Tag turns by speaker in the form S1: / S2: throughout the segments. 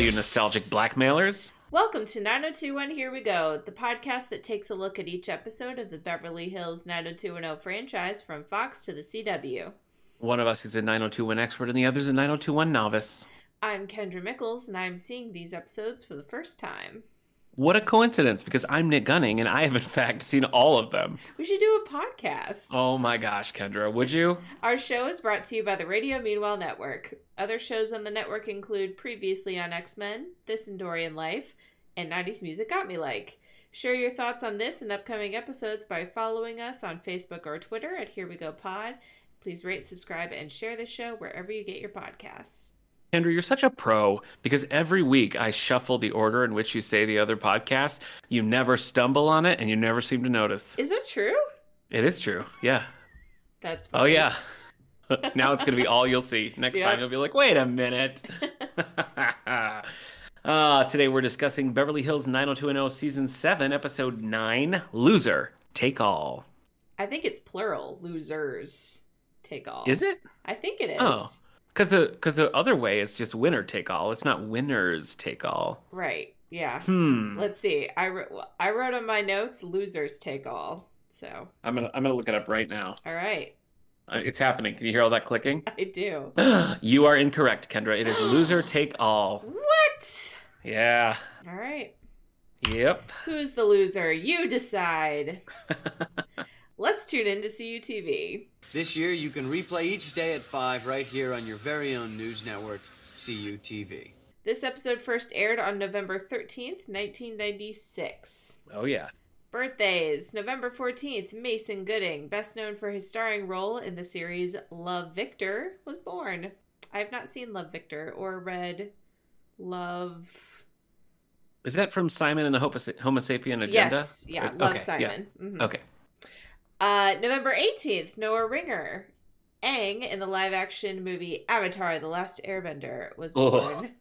S1: you nostalgic blackmailers.
S2: Welcome to 9021 Here We Go, the podcast that takes a look at each episode of the Beverly Hills 90210 franchise from Fox to the CW.
S1: One of us is a 9021 expert and the other's a 9021 novice.
S2: I'm Kendra Mickles, and I'm seeing these episodes for the first time.
S1: What a coincidence, because I'm Nick Gunning and I have in fact seen all of them.
S2: We should do a podcast.
S1: Oh my gosh, Kendra, would you?
S2: Our show is brought to you by the Radio Meanwhile Network. Other shows on the network include Previously on X Men, This Endorian Life, and 90s Music Got Me Like. Share your thoughts on this and upcoming episodes by following us on Facebook or Twitter at Here We Go Pod. Please rate, subscribe, and share the show wherever you get your podcasts.
S1: Kendra, you're such a pro because every week I shuffle the order in which you say the other podcast. You never stumble on it and you never seem to notice.
S2: Is that true?
S1: It is true. Yeah.
S2: That's
S1: Oh,
S2: funny.
S1: yeah. now it's going to be all you'll see. Next
S2: Yeah.
S1: time you'll be like, wait a minute. uh, today we're discussing Beverly Hills 90210 Season 7, Episode 9 Loser Take All.
S2: I think it's plural. Losers take all.
S1: Is it?
S2: I think it is.
S1: Oh. Because the, because the other way is just winner take all. It's not winners take all.
S2: Right. Yeah.
S1: Hmm.
S2: Let's see. I wrote, I wrote on my notes losers take all. So,
S1: I'm gonna I'm gonna look it up right now.
S2: all right.
S1: Uh, It's happening. Can you hear all that clicking?
S2: I do.
S1: you are incorrect, Kendra. It is loser take all.
S2: What?
S1: Yeah.
S2: All right.
S1: Yep.
S2: Who's the loser? You decide. Let's tune in to CUTV.
S3: This year, you can replay each day at 5 right here on your very own news network, CUTV.
S2: This episode first aired on November 13th, 1996.
S1: Oh yeah.
S2: Birthdays November 14th, Mason Gooding, best known for his starring role in the series Love Victor, was born. I have not seen Love Victor or read Love.
S1: Is that from Simon and the Homo, Homo Sapien Agenda?
S2: Yes, yeah,
S1: Uh,
S2: Love
S1: okay,
S2: Simon. Mhm.
S1: Yeah. Okay.
S2: Uh, November 18th, Noah Ringer, Aang in the live action movie Avatar The Last Airbender, was
S1: Oh.
S2: born.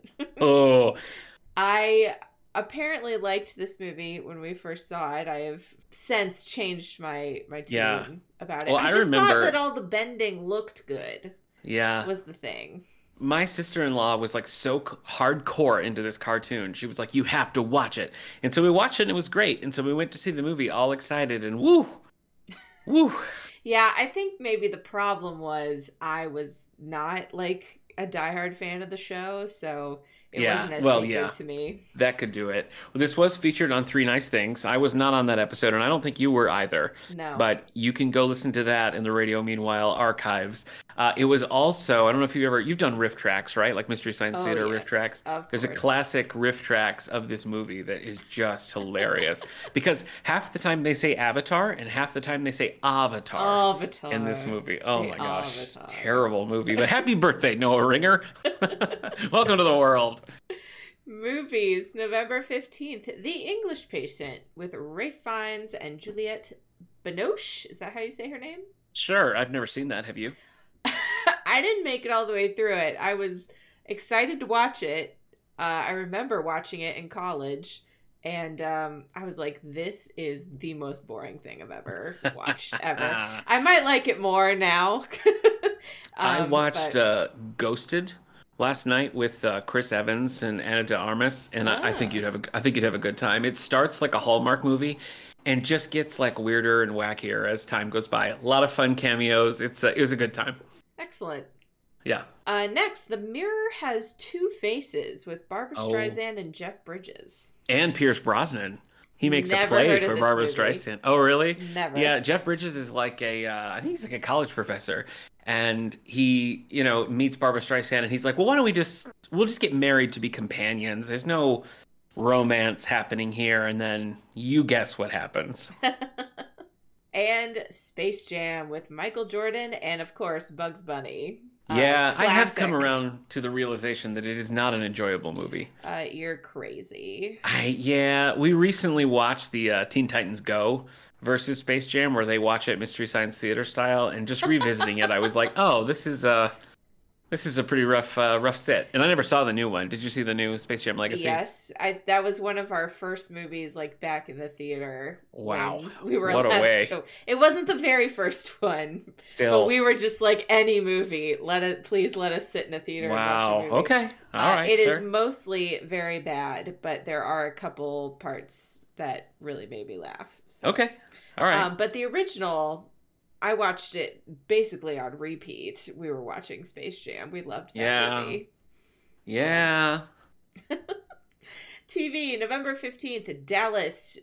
S1: Oh,
S2: I apparently liked this movie when we first saw it. I have since changed my my tune
S1: Yeah.
S2: about it.
S1: Well,
S2: I
S1: I
S2: just
S1: remember- Uh.
S2: thought that all the bending looked good
S1: yeah.
S2: was the thing.
S1: My sister in law was like so c- hardcore into this cartoon. She was like, you have to watch it. And so we watched it and it was great. And so we went to see the movie all excited and woo, woo.
S2: Yeah, I think maybe the problem was I was not like a diehard fan of the show, so it
S1: Yeah,
S2: wasn't as
S1: well,
S2: sacred
S1: yeah.
S2: to me.
S1: That could do it. Well, this was featured on Three Nice Things. I was not on that episode, and I don't think you were either.
S2: No.
S1: But you can go listen to that in the Radio Meanwhile archives. Uh, it was also I don't know if you've ever you've done riff tracks, right? Like Mystery Science
S2: Oh,
S1: Theater riff
S2: yes,
S1: tracks.
S2: of
S1: There's a
S2: course.
S1: classic riff tracks of this movie that is just hilarious because half the time they say Avatar and half the time they say Avatar.
S2: Avatar.
S1: in this movie. Oh
S2: The
S1: my gosh.
S2: Avatar.
S1: Terrible movie. But happy birthday, Noah Ringer. Welcome to the world.
S2: Movies, November 15th, The English Patient with Rafe Fiennes and Juliette Binoche. Is that how you say her name?
S1: Sure, I've never seen that. Have you?
S2: I didn't make it all the way through it. I was excited to watch it. Uh, I remember watching it in college, and um, I was like, this is the most boring thing I've ever watched, ever.
S1: Ah.
S2: I might like it more now.
S1: I
S2: Um,
S1: watched
S2: but-
S1: uh, Ghosted last night with uh, Chris Evans and Anna De Armas, and I, I think
S2: Ah.
S1: you'd have a, I think you'd have a good time. It starts like a Hallmark movie, and just gets like weirder and wackier as time goes by. A lot of fun cameos. It's a, it was a good time.
S2: Excellent.
S1: Yeah.
S2: Uh, next, The Mirror has two faces with Barbara
S1: Oh.
S2: Streisand and Jeff Bridges.
S1: And Pierce Brosnan, he makes a
S2: Never
S1: play
S2: heard of
S1: for
S2: this
S1: Barbara
S2: movie.
S1: Streisand. Oh, really?
S2: Never.
S1: Yeah, Jeff Bridges is like a, uh, I think he's like a college professor, and he, you know, meets Barbara Streisand, and he's like, well, why don't we just, we'll just get married to be companions. There's no romance happening here, and then you guess what happens.
S2: and Space Jam with Michael Jordan and, of course, Bugs Bunny. Uh,
S1: yeah, I have come
S2: classic.
S1: around to the realization that it is not an enjoyable movie.
S2: Uh, you're crazy.
S1: I yeah, we recently watched the uh, Teen Titans Go versus Space Jam, where they watch it Mystery Science Theater style, and just revisiting it, I was like, oh, this is uh This is a pretty rough, uh, rough set. And I never saw the new one. Did you see the new Space Jam Legacy?
S2: Yes, I that was one of our first movies like back in the theater.
S1: Wow.
S2: when we were
S1: What a
S2: allowed to
S1: way.
S2: go. It wasn't the very first one,
S1: Still.
S2: but we were just like any movie. Let it please let us sit in a theater.
S1: wow.
S2: And watch a movie.
S1: Okay. All
S2: Uh,
S1: right.
S2: it is
S1: sure.
S2: mostly very bad, but there are a couple parts that really made me laugh. So.
S1: Okay. All right.
S2: Um, but the original, I watched it basically on repeat. We were watching Space Jam. We loved that
S1: Yeah.
S2: movie.
S1: yeah.
S2: TV, November 15th, Dallas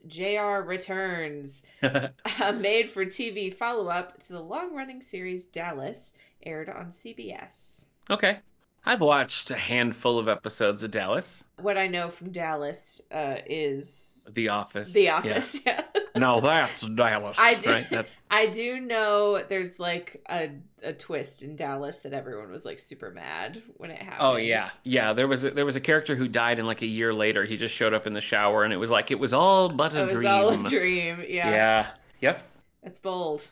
S2: JR returns. a made for TV follow up to the long running series Dallas, aired on CBS.
S1: okay. I've watched a handful of episodes of Dallas,
S2: What I know from Dallas uh, is
S1: The Office.
S2: The
S1: Yeah.
S2: Office. Yeah.
S1: Now that's Dallas.
S2: I did-
S1: Right? That's
S2: I do know there's like a, a twist in Dallas that everyone was like super mad when it happened.
S1: Oh yeah, yeah. There was a, there was a character who died, and like a year later, he just showed up in the shower, and it was like it was all but a
S2: It was
S1: dream.
S2: all a dream. Yeah.
S1: yeah. Yep.
S2: That's bold.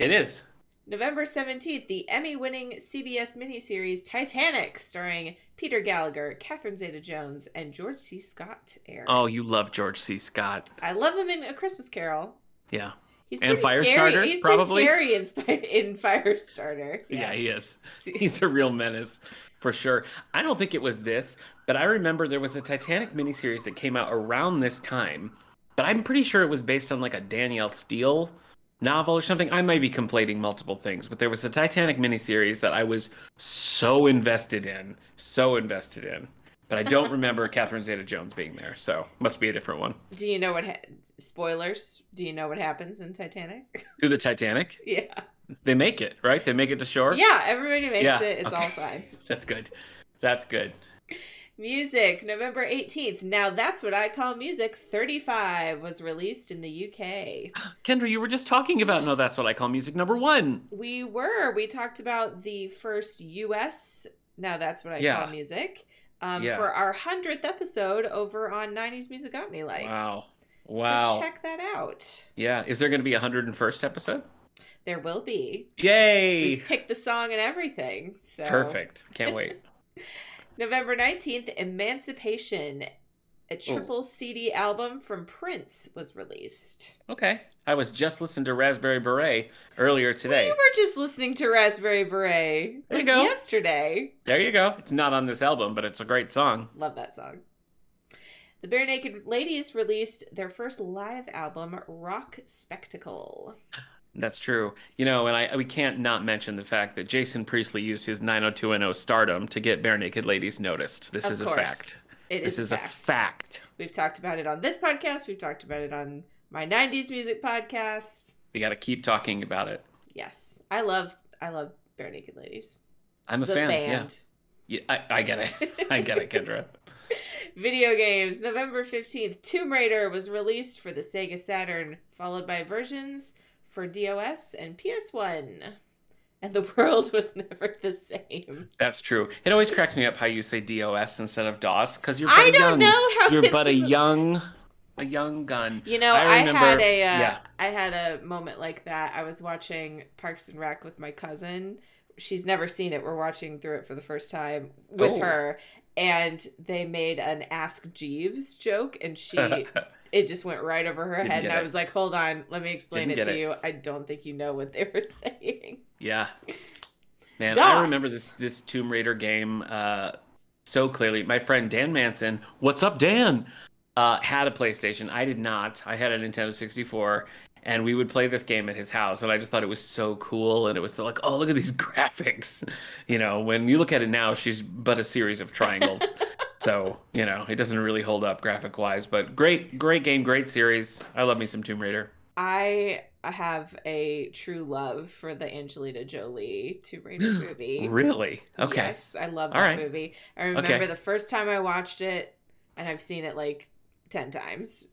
S1: It is.
S2: November 17th, the Emmy winning CBS miniseries Titanic, starring Peter Gallagher, Catherine Zeta Jones, and George C. Scott aired.
S1: Oh, you love George C. Scott.
S2: I love him in A Christmas Carol.
S1: Yeah.
S2: He's
S1: And
S2: pretty
S1: Firestarter,
S2: scary. He's
S1: probably.
S2: pretty scary in, Sp- in Firestarter.
S1: Yeah, he is.
S2: See-
S1: He's a real menace for sure. I don't think it was this, but I remember there was a Titanic miniseries that came out around this time, but I'm pretty sure it was based on like a Danielle Steele novel or something. I might be conflating multiple things, but there was a Titanic miniseries that I was so invested in, so invested in. But I don't remember Catherine Zeta Jones being there, so must be a different one.
S2: Do you know what? Ha- spoilers. Do you know what happens in Titanic?
S1: Do the Titanic?
S2: yeah.
S1: They make it, right? They make it to shore?
S2: Yeah, everybody makes
S1: Yeah,
S2: it. It's
S1: okay.
S2: all fine.
S1: That's good. That's good.
S2: Music, November 18th. Now that's what I call music. 35 was released in the UK.
S1: Kendra, you were just talking about no, that's what I call music number one.
S2: We were. We talked about the first U.S. Now that's what I
S1: Yeah.
S2: call music. Um,
S1: Yeah.
S2: For our hundredth episode over on '90s Music Got Me Like.
S1: Wow.
S2: So
S1: Wow.
S2: check that out.
S1: yeah. Is there going to be a 101st episode?
S2: There will be. We
S1: Yay.
S2: picked the song and everything. So
S1: Perfect. Can't wait.
S2: November nineteenth, Emancipation, a triple CD album from Prince was released.
S1: Okay. I was just listening to Raspberry Beret earlier today.
S2: We were just listening to Raspberry Beret
S1: There you
S2: like
S1: go.
S2: yesterday.
S1: There you go. It's not on this album, but it's a great song.
S2: Love that song. The Bare Naked Ladies released their first live album, Rock Spectacle.
S1: That's true. You know, and I we can't not mention the fact that Jason Priestley used his 90210 stardom to get Bare Naked Ladies noticed. This
S2: of
S1: is
S2: course,
S1: a fact.
S2: It
S1: This is a fact.
S2: We've talked about it on this podcast. We've talked about it on my '90s music podcast.
S1: We got to keep talking about it.
S2: Yes, I love, I love Bare Naked Ladies.
S1: I'm a
S2: the
S1: fan.
S2: band.
S1: Yeah. yeah I, I get it. I get it, Kendra.
S2: Video games. November 15th, Tomb Raider was released for the Sega Saturn, followed by versions for DOS and PS1. And the world was never the same.
S1: That's true. It always cracks me up how you say DOS instead of DOS because you're but
S2: I
S1: a
S2: don't
S1: young.
S2: know how
S1: You're
S2: it's
S1: but a young, a young gun.
S2: You know,
S1: I
S2: I,
S1: remember-
S2: had a uh,
S1: yeah.
S2: I had a moment like that. I was watching Parks and Rec with my cousin. She's never seen it. We're watching through it for the first time with
S1: Oh.
S2: her, and they made an Ask Jeeves joke, and she it just went right over her
S1: Didn't
S2: head.
S1: get
S2: And I
S1: it.
S2: was like, "Hold on, let me explain
S1: Didn't
S2: it
S1: get
S2: to
S1: it.
S2: you. I don't think you know what they were saying."
S1: yeah, man, I
S2: DOS.
S1: remember this this Tomb Raider game uh, so clearly. My friend Dan Manson, what's up, Dan? Uh, had a PlayStation. I did not. I had a Nintendo 64, and we would play this game at his house. And I just thought it was so cool, and it was so like, oh, look at these graphics. You know, when you look at it now, she's but a series of triangles. So, you know, it doesn't really hold up graphic wise, but great, great game, great series. I love me some Tomb Raider.
S2: I have a true love for the Angelina Jolie Tomb Raider movie.
S1: Really? Okay.
S2: Yes, I love that
S1: All right.
S2: movie. I remember
S1: Okay.
S2: the first time I watched it, and I've seen it like ten times.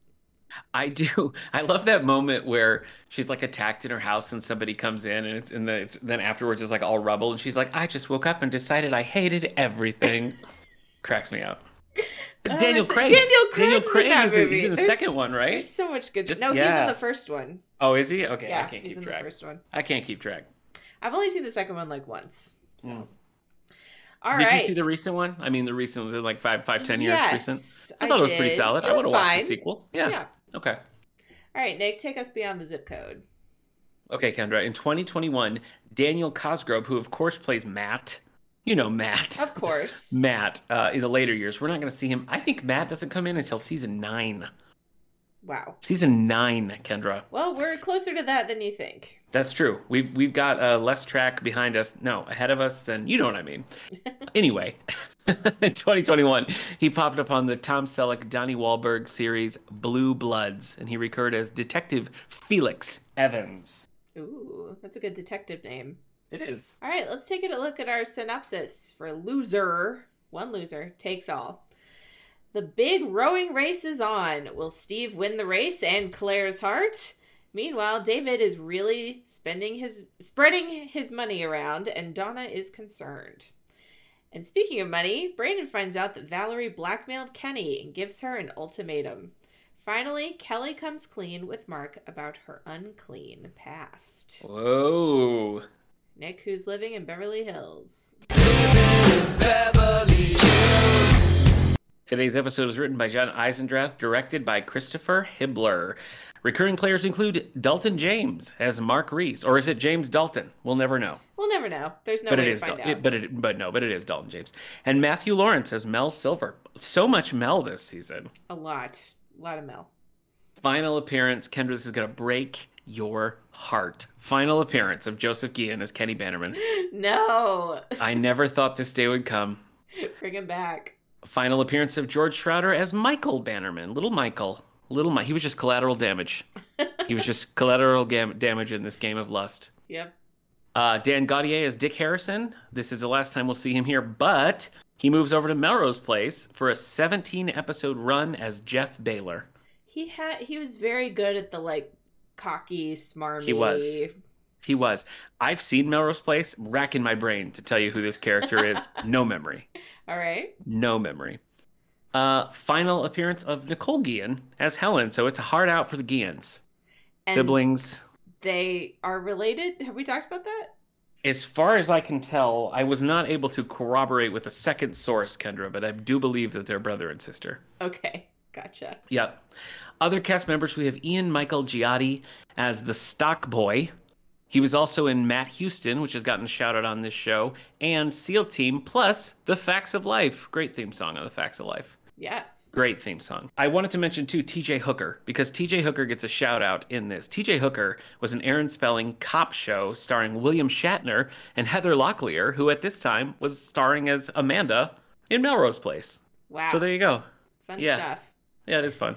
S1: I do. I love that moment where she's like attacked in her house and somebody comes in and it's in the, it's, then afterwards it's like all rubble and she's like, I just woke up and decided I hated everything. Cracks me up. It's
S2: Oh,
S1: Daniel
S2: there's-
S1: Craig.
S2: Daniel Craig's in that
S1: is in, he's
S2: movie.
S1: in the
S2: There's-
S1: second one, right?
S2: There's so much good.
S1: Just-
S2: no, he's
S1: yeah.
S2: in the first one.
S1: Oh, is he? Okay, I
S2: yeah,
S1: can't
S2: he's
S1: keep
S2: in the
S1: track.
S2: first one.
S1: I can't keep track.
S2: I've only seen the second one like once. So.
S1: Mm.
S2: All right.
S1: did you see the recent one? I mean, the recent, the, like five, five, ten years recent.
S2: Yes,
S1: I thought it was pretty
S2: did.
S1: solid. I
S2: It
S1: would
S2: was
S1: have watched the
S2: fine.
S1: sequel.
S2: Yeah.
S1: Yeah. Okay.
S2: All right, Nick, take us beyond the zip code.
S1: Okay, Kendra. In 2021, Daniel Cosgrove, who of course plays Matt, you know Matt.
S2: Of course.
S1: Matt, uh, in the later years, we're not going to see him. I think Matt doesn't come in until season nine.
S2: wow.
S1: Season nine, Kendra.
S2: Well, we're closer to that than you think.
S1: That's true. We've we've got uh, less track behind us, no, ahead of us than you know what I mean. anyway, in 2021, he popped up on the Tom Selleck Donnie Wahlberg series Blue Bloods, and he recurred as Detective Felix Evans.
S2: Ooh, that's a good detective name.
S1: It is.
S2: All right, let's take a look at our synopsis for loser. One loser takes all. The big rowing race is on. Will Steve win the race and Claire's heart? Meanwhile, David is really spending his spreading his money around and Donna is concerned. And speaking of money, Brandon finds out that Valerie blackmailed Kenny and gives her an ultimatum. Finally, Kelly comes clean with Mark about her unclean past.
S1: Whoa.
S2: Nick, who's living in Beverly Hills.
S1: Today's episode is written by John Eisendrath, directed by Christopher Hibbler. Recurring players include Dalton James as Mark Reese, or is it James Dalton? We'll never know.
S2: We'll never know. There's no
S1: but
S2: way
S1: it
S2: to
S1: is
S2: find
S1: Dal-
S2: out.
S1: it- but it but no, but it is Dalton James and Matthew Lawrence as Mel Silver. So much Mel this season.
S2: a lot. A lot of Mel.
S1: Final appearance, Kendra. This is gonna break your heart. Final appearance of Joseph Guillen as Kenny Bannerman.
S2: No.
S1: I never thought this day would come.
S2: Bring him back.
S1: Final appearance of George Shrouder as Michael Bannerman, little Michael, little Mike. He was just collateral damage. he was just collateral gam- damage in this game of lust.
S2: Yep.
S1: Uh, Dan Gaudier is Dick Harrison. This is the last time we'll see him here, but he moves over to Melrose Place for a 17 episode run as Jeff Baylor.
S2: He had he was very good at the like cocky, smarmy.
S1: He was. He was. I've seen Melrose Place, racking my brain to tell you who this character is. No memory.
S2: All right.
S1: No memory. Uh, final appearance of Nicole Guillen as Helen, so it's a hard out for the Guillens.
S2: And
S1: Siblings.
S2: They are related. Have we talked about that?
S1: As far as I can tell, I was not able to corroborate with a second source, Kendra, but I do believe that they're brother and sister.
S2: Okay. Gotcha.
S1: Yeah. Other cast members, we have Ian Michael Giotti as the stock boy. He was also in Matt Houston, which has gotten shouted on this show, and SEAL Team, plus The Facts of Life. Great theme song on The Facts of Life.
S2: Yes.
S1: Great theme song. I wanted to mention, too, TJ Hooker, because TJ Hooker gets a shout out in this. TJ Hooker was an Aaron Spelling cop show starring William Shatner and Heather Locklear, who at this time was starring as Amanda in Melrose Place.
S2: Wow.
S1: So there you go.
S2: Fun
S1: yeah.
S2: stuff.
S1: Yeah, it is fun.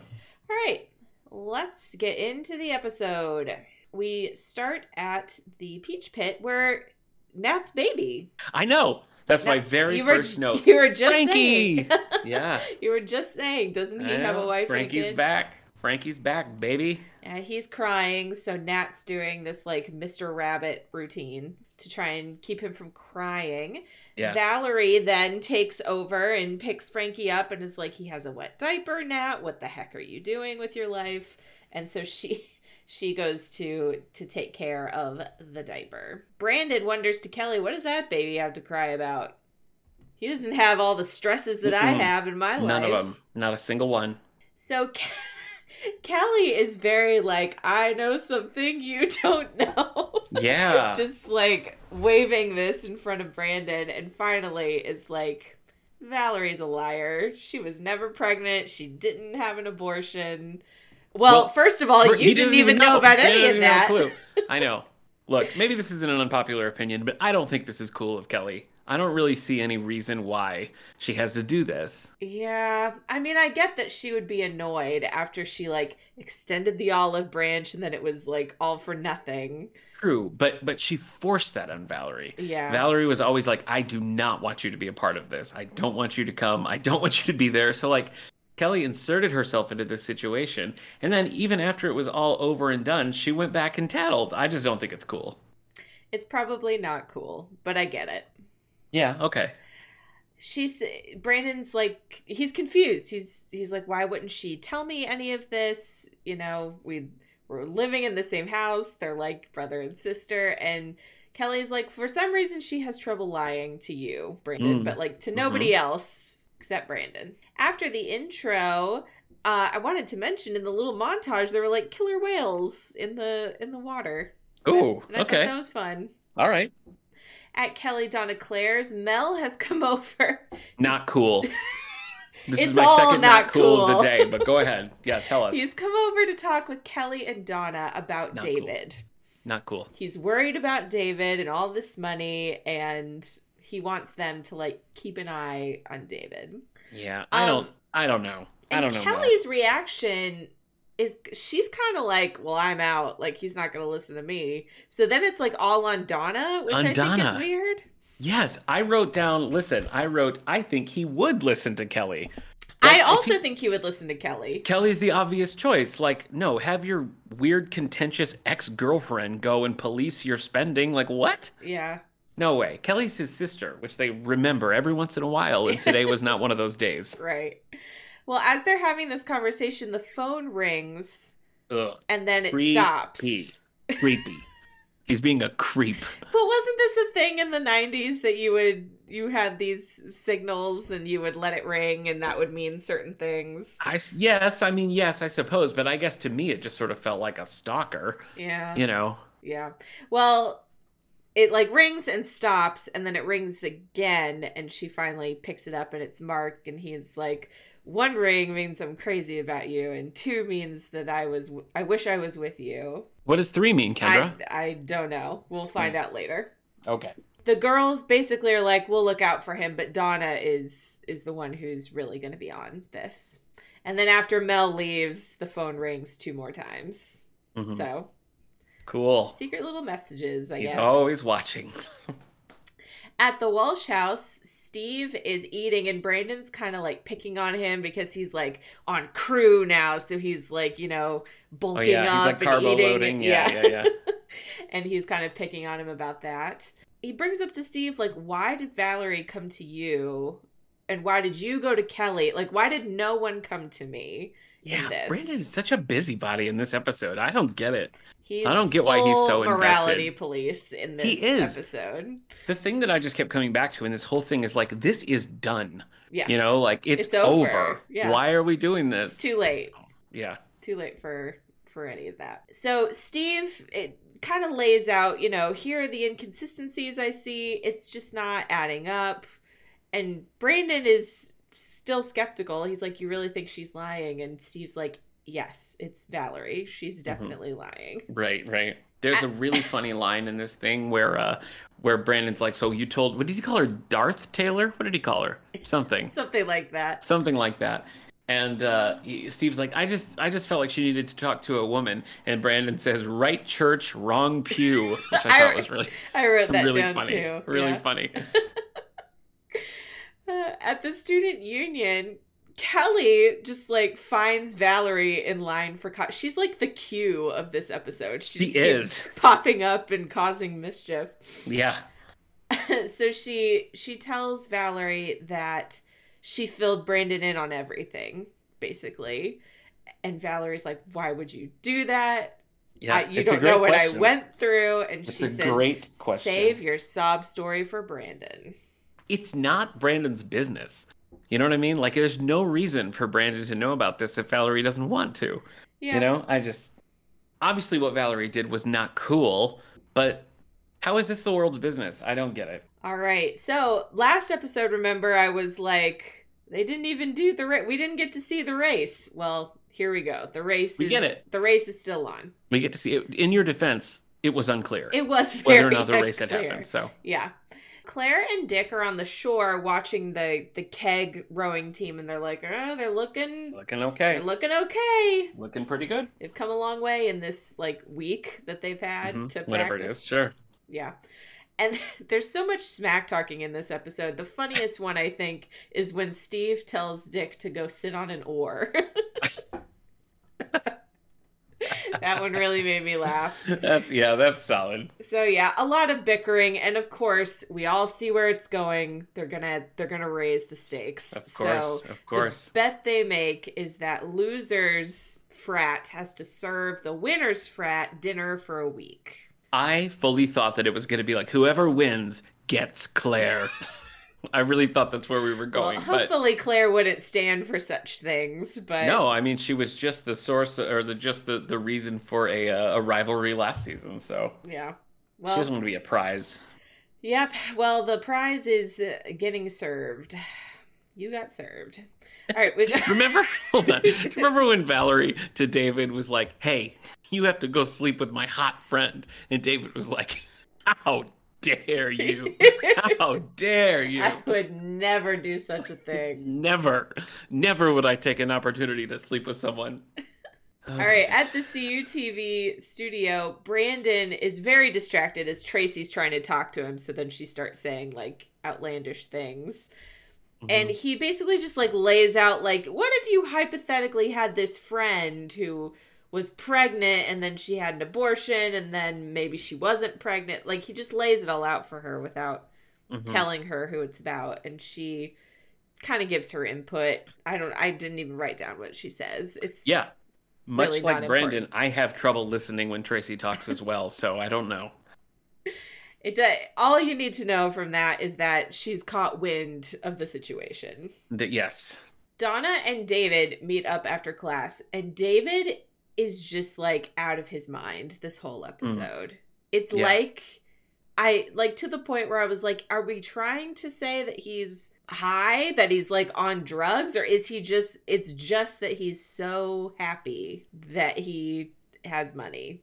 S2: All right, let's get into the episode. We start at the Peach Pit where Nat's baby.
S1: I know. That's my
S2: Nat-
S1: very
S2: you were-
S1: first note.
S2: You were just
S1: Frankie.
S2: saying.
S1: yeah.
S2: You were just saying. Doesn't he
S1: I
S2: have a
S1: know.
S2: wife? and a
S1: Frankie's
S2: kid?
S1: back. Frankie's back, baby.
S2: Yeah, he's crying, so Nat's doing this like Mr. Rabbit routine to try and keep him from crying.
S1: Yeah.
S2: Valerie then takes over and picks Frankie up and is like, "He has a wet diaper, Nat. What the heck are you doing with your life?" And so she she goes to to take care of the diaper. Brandon wonders to Kelly, "What does that baby have to cry about?" He doesn't have all the stresses that I
S1: Mm-mm.
S2: have in my life.
S1: None of them. Not a single one.
S2: So Ke- Kelly is very like, I know something you don't know.
S1: Yeah.
S2: Just like waving this in front of Brandon, and finally is like, Valerie's a liar. She was never pregnant. She didn't have an abortion. Well,
S1: Well,
S2: first of all,
S1: Br-
S2: Oh, you
S1: he
S2: didn't
S1: doesn't
S2: even know, about
S1: He
S2: any
S1: doesn't
S2: of
S1: even have
S2: that.
S1: a clue. I know. Look, maybe this isn't an unpopular opinion, but I don't think this is cool of Kelly. I don't really see any reason why she has to do this.
S2: Yeah, I mean, I get that she would be annoyed after she like extended the olive branch, and then it was like all for nothing.
S1: True, but but she forced that on Valerie.
S2: Yeah,
S1: Valerie was always like, I do not want you to be a part of this. I don't want you to come. I don't want you to be there. So, like, Kelly inserted herself into this situation. And then, even after it was all over and done, she went back and tattled. I just don't think it's cool.
S2: It's probably not cool, but I get it.
S1: Yeah. Okay.
S2: She's Brandon's like he's confused. He's he's like why wouldn't she tell me any of this? You know, we we're living in the same house. They're like brother and sister and Kelly's like, for some reason, she has trouble lying to you, Brandon,
S1: Mm.
S2: but like to nobody else except Brandon. After the intro, uh, I wanted to mention in the little montage there were like killer whales in the in the water.
S1: Oh,
S2: and I thought
S1: okay.
S2: that was fun.
S1: All right.
S2: At Kelly Donna Claire's, Mel has come over.
S1: Not cool. This
S2: It's
S1: is my
S2: all
S1: second
S2: not
S1: not cool, of
S2: cool.
S1: the day, but go ahead. Yeah, tell us.
S2: He's come over to talk with Kelly and Donna about
S1: Not cool.
S2: David.
S1: Not cool.
S2: he's worried about David and all this money and he wants them to like keep an eye on David.
S1: Yeah, I don't.
S2: Um,
S1: I don't know. I
S2: And
S1: don't know. Mel.
S2: Kelly's reaction is she's kind of like, "Well, I'm out. Like he's not going to listen to me." So then it's like all on Donna, which
S1: On
S2: I think is
S1: Donna.
S2: weird.
S1: Yes, I wrote down. Listen, I wrote. I think he would listen to Kelly. Like,
S2: I
S1: if
S2: also
S1: he's-
S2: think he would listen to Kelly.
S1: Kelly's the obvious choice. Like, no, have your weird, contentious ex girlfriend go and police your spending. Like, what?
S2: Yeah.
S1: No way. Kelly's his sister, which they remember every once in a while, and today was not one of those days.
S2: Right. Well, as they're having this conversation, the phone rings
S1: Ugh,
S2: and then it
S1: Creepy.
S2: stops.
S1: creepy. He's being a creep.
S2: But wasn't this a thing in the '90s that you would you had these signals and you would let it ring and that would mean certain things?
S1: I s- yes, I mean yes, I suppose, but I guess to me it just sort of felt like a stalker.
S2: Yeah,
S1: You know.
S2: yeah. Well, it like rings and stops, and then it rings again, and she finally picks it up, and it's Mark, and he's like, "One ring means I'm crazy about you, and two means that I was I wish I was with you."
S1: What does three mean, Kendra?
S2: I I don't know. We'll find out later.
S1: Okay.
S2: the girls basically are like we'll look out for him but donna is is the one who's really going to be on this and then after mel leaves the phone rings two more times
S1: Mhm.
S2: so
S1: Cool.
S2: secret little messages i
S1: He's
S2: guess
S1: always watching.
S2: at the walsh house steve is eating and brandon's kind of like picking on him because he's like on crew now so he's like you know
S1: Oh
S2: bulking
S1: yeah,
S2: up
S1: he's like
S2: and
S1: carbo
S2: eating
S1: loading. Yeah, yeah, yeah.
S2: and he's kind of picking on him about that. He brings up to Steve, like, why did Valerie come to you? And why did you go to Kelly? Like, why did no one come to me?
S1: Yeah,
S2: this.
S1: Brandon is such a busybody in this episode. I don't get it.
S2: He's
S1: don't get why he's
S2: full
S1: so invested.
S2: morality police in this
S1: He is.
S2: episode.
S1: The thing that I just kept coming back to in this whole thing is like, this is done.
S2: Yeah.
S1: You know, like it's,
S2: It's over. Yeah.
S1: Why are we doing
S2: It's
S1: this?
S2: too late. It's
S1: yeah.
S2: too late for for any of that. So Steve it kind of lays out, you know, here are the inconsistencies I see. It's just not adding up. And Brandon is still skeptical. He's like, You really think she's lying? And Steve's like, Yes, it's Valerie. She's
S1: Mm-hmm.
S2: definitely lying.
S1: Right. Right. There's a really funny line in this thing where uh where Brandon's like, so you told what did you call her? Darth Taylor? What did he call her? Something.
S2: Something like that.
S1: something like that. And uh, he- Steve's like, I just, I just felt like she needed to talk to a woman. And Brandon says, right church, wrong pew, which I
S2: I
S1: thought was really,
S2: I wrote that
S1: really
S2: down
S1: funny,
S2: too.
S1: really
S2: Yeah.
S1: funny.
S2: Uh, at the student union, Kelly just like finds Valerie in line for. Co- She's like the Q of this episode. She,
S1: She
S2: just keeps
S1: is.
S2: popping up and causing mischief.
S1: Yeah,
S2: so she she tells Valerie that she filled Brandon in on everything, basically. And Valerie's like, "Why would you do that?
S1: yeah.
S2: I- you
S1: it's a
S2: don't
S1: great
S2: know what I
S1: question.
S2: went through." And
S1: It's
S2: she
S1: a
S2: says,
S1: great question.
S2: "Save your sob story for Brandon."
S1: It's not Brandon's business. You know what I mean? Like, there's no reason for Brandon to know about this if Valerie doesn't want to.
S2: Yeah.
S1: You know, I just obviously what Valerie did was not cool, but how is this the world's business? I don't get it.
S2: All right. So last episode, remember, I was like, they didn't even do the race. We didn't get to see the race. Well, here we go. The race.
S1: We
S2: is,
S1: get it.
S2: The race is still on.
S1: We get to see it. In your defense, it was unclear.
S2: It was very
S1: whether or not the race had
S2: unclear.
S1: happened. So
S2: Yeah. Claire and Dick are on the shore watching the the keg rowing team, and they're like, oh, they're looking,
S1: looking okay,
S2: they're looking okay.
S1: looking pretty good.
S2: They've come a long way in this like week that they've had
S1: Mhm,
S2: to practice.
S1: Whatever it is, sure.
S2: Yeah. And there's so much smack talking in this episode. The funniest one, I think, is when Steve tells Dick to go sit on an oar. that one really made me laugh.
S1: That's yeah, that's solid.
S2: So yeah, a lot of bickering and of course, we all see where it's going. They're going to they're going to raise the stakes.
S1: Of
S2: so
S1: course, of course.
S2: the bet they make is that losers frat has to serve the winners frat dinner for a week.
S1: I fully thought that it was going to be like whoever wins gets Claire. I really thought that's where we were going,
S2: well,
S1: but
S2: hopefully Claire wouldn't stand for such things, but
S1: no, I mean she was just the source or the just the, the reason for a uh, a rivalry last season. So
S2: yeah.
S1: she
S2: Well,
S1: doesn't want to be a prize.
S2: Yep. Well, the prize is uh, getting served. You got served. All right, we got
S1: Remember? Hold on. Remember when Valerie to David was like, "Hey, you have to go sleep with my hot friend," and David was like, "How dare you? How dare you?"
S2: I would never do such a thing.
S1: Never, never would I take an opportunity to sleep with someone.
S2: All right, at the CUTV studio, Brandon is very distracted as Tracy's trying to talk to him, so then she starts saying like outlandish things.
S1: Oh,
S2: and he basically just like lays out like what if you hypothetically had this friend who was pregnant and then she had an abortion and then maybe she wasn't pregnant like he just lays it all out for her without
S1: Mhm.
S2: telling her who it's about and she kind of gives her input i don't i didn't even write down what she says it's
S1: yeah, much
S2: really
S1: like
S2: not
S1: Brandon,
S2: important.
S1: I have trouble listening when Tracy talks as well, so I don't know.
S2: it does, all you need to know from that is that she's caught wind of the situation
S1: Th- yes,
S2: Donna and David meet up after class, and David is just like out of his mind this whole episode. It's
S1: Yeah.
S2: like I like to the point where I was like, are we trying to say that he's high, that he's like on drugs, or is he just it's just that he's so happy that he has money?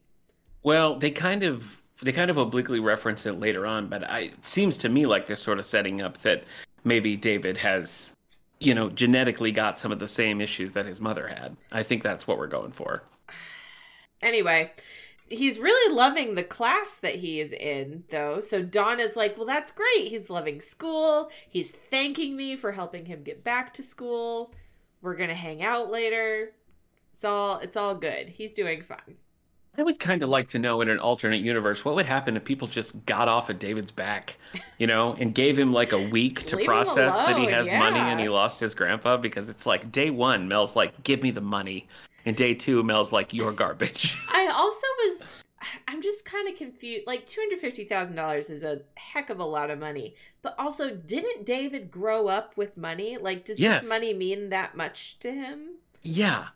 S1: Well, they kind of they kind of obliquely reference it later on, but I, it seems to me like they're sort of setting up that maybe David has, you know, genetically got some of the same issues that his mother had. I think that's what we're going for.
S2: Anyway, he's really loving the class that he is in, though. So Don is like, Well, that's great. He's loving school. He's thanking me for helping him get back to school. We're gonna hang out later. It's all it's all good. He's doing fun.
S1: I would kind of like to know in an alternate universe what would happen if people just got off of David's back, you know, and gave him like a week
S2: Just
S1: to
S2: leave him
S1: process that he
S2: alone,
S1: has money and
S2: yeah.
S1: he lost his grandpa because it's like day 1 Mel's like give me the money and day 2 Mel's like you're garbage.
S2: I also was I'm just kind of confused. Like $250,000 is a heck of a lot of money. But also, didn't David grow up with money? Like, does
S1: Yes.
S2: this money mean that much to him?
S1: Yeah,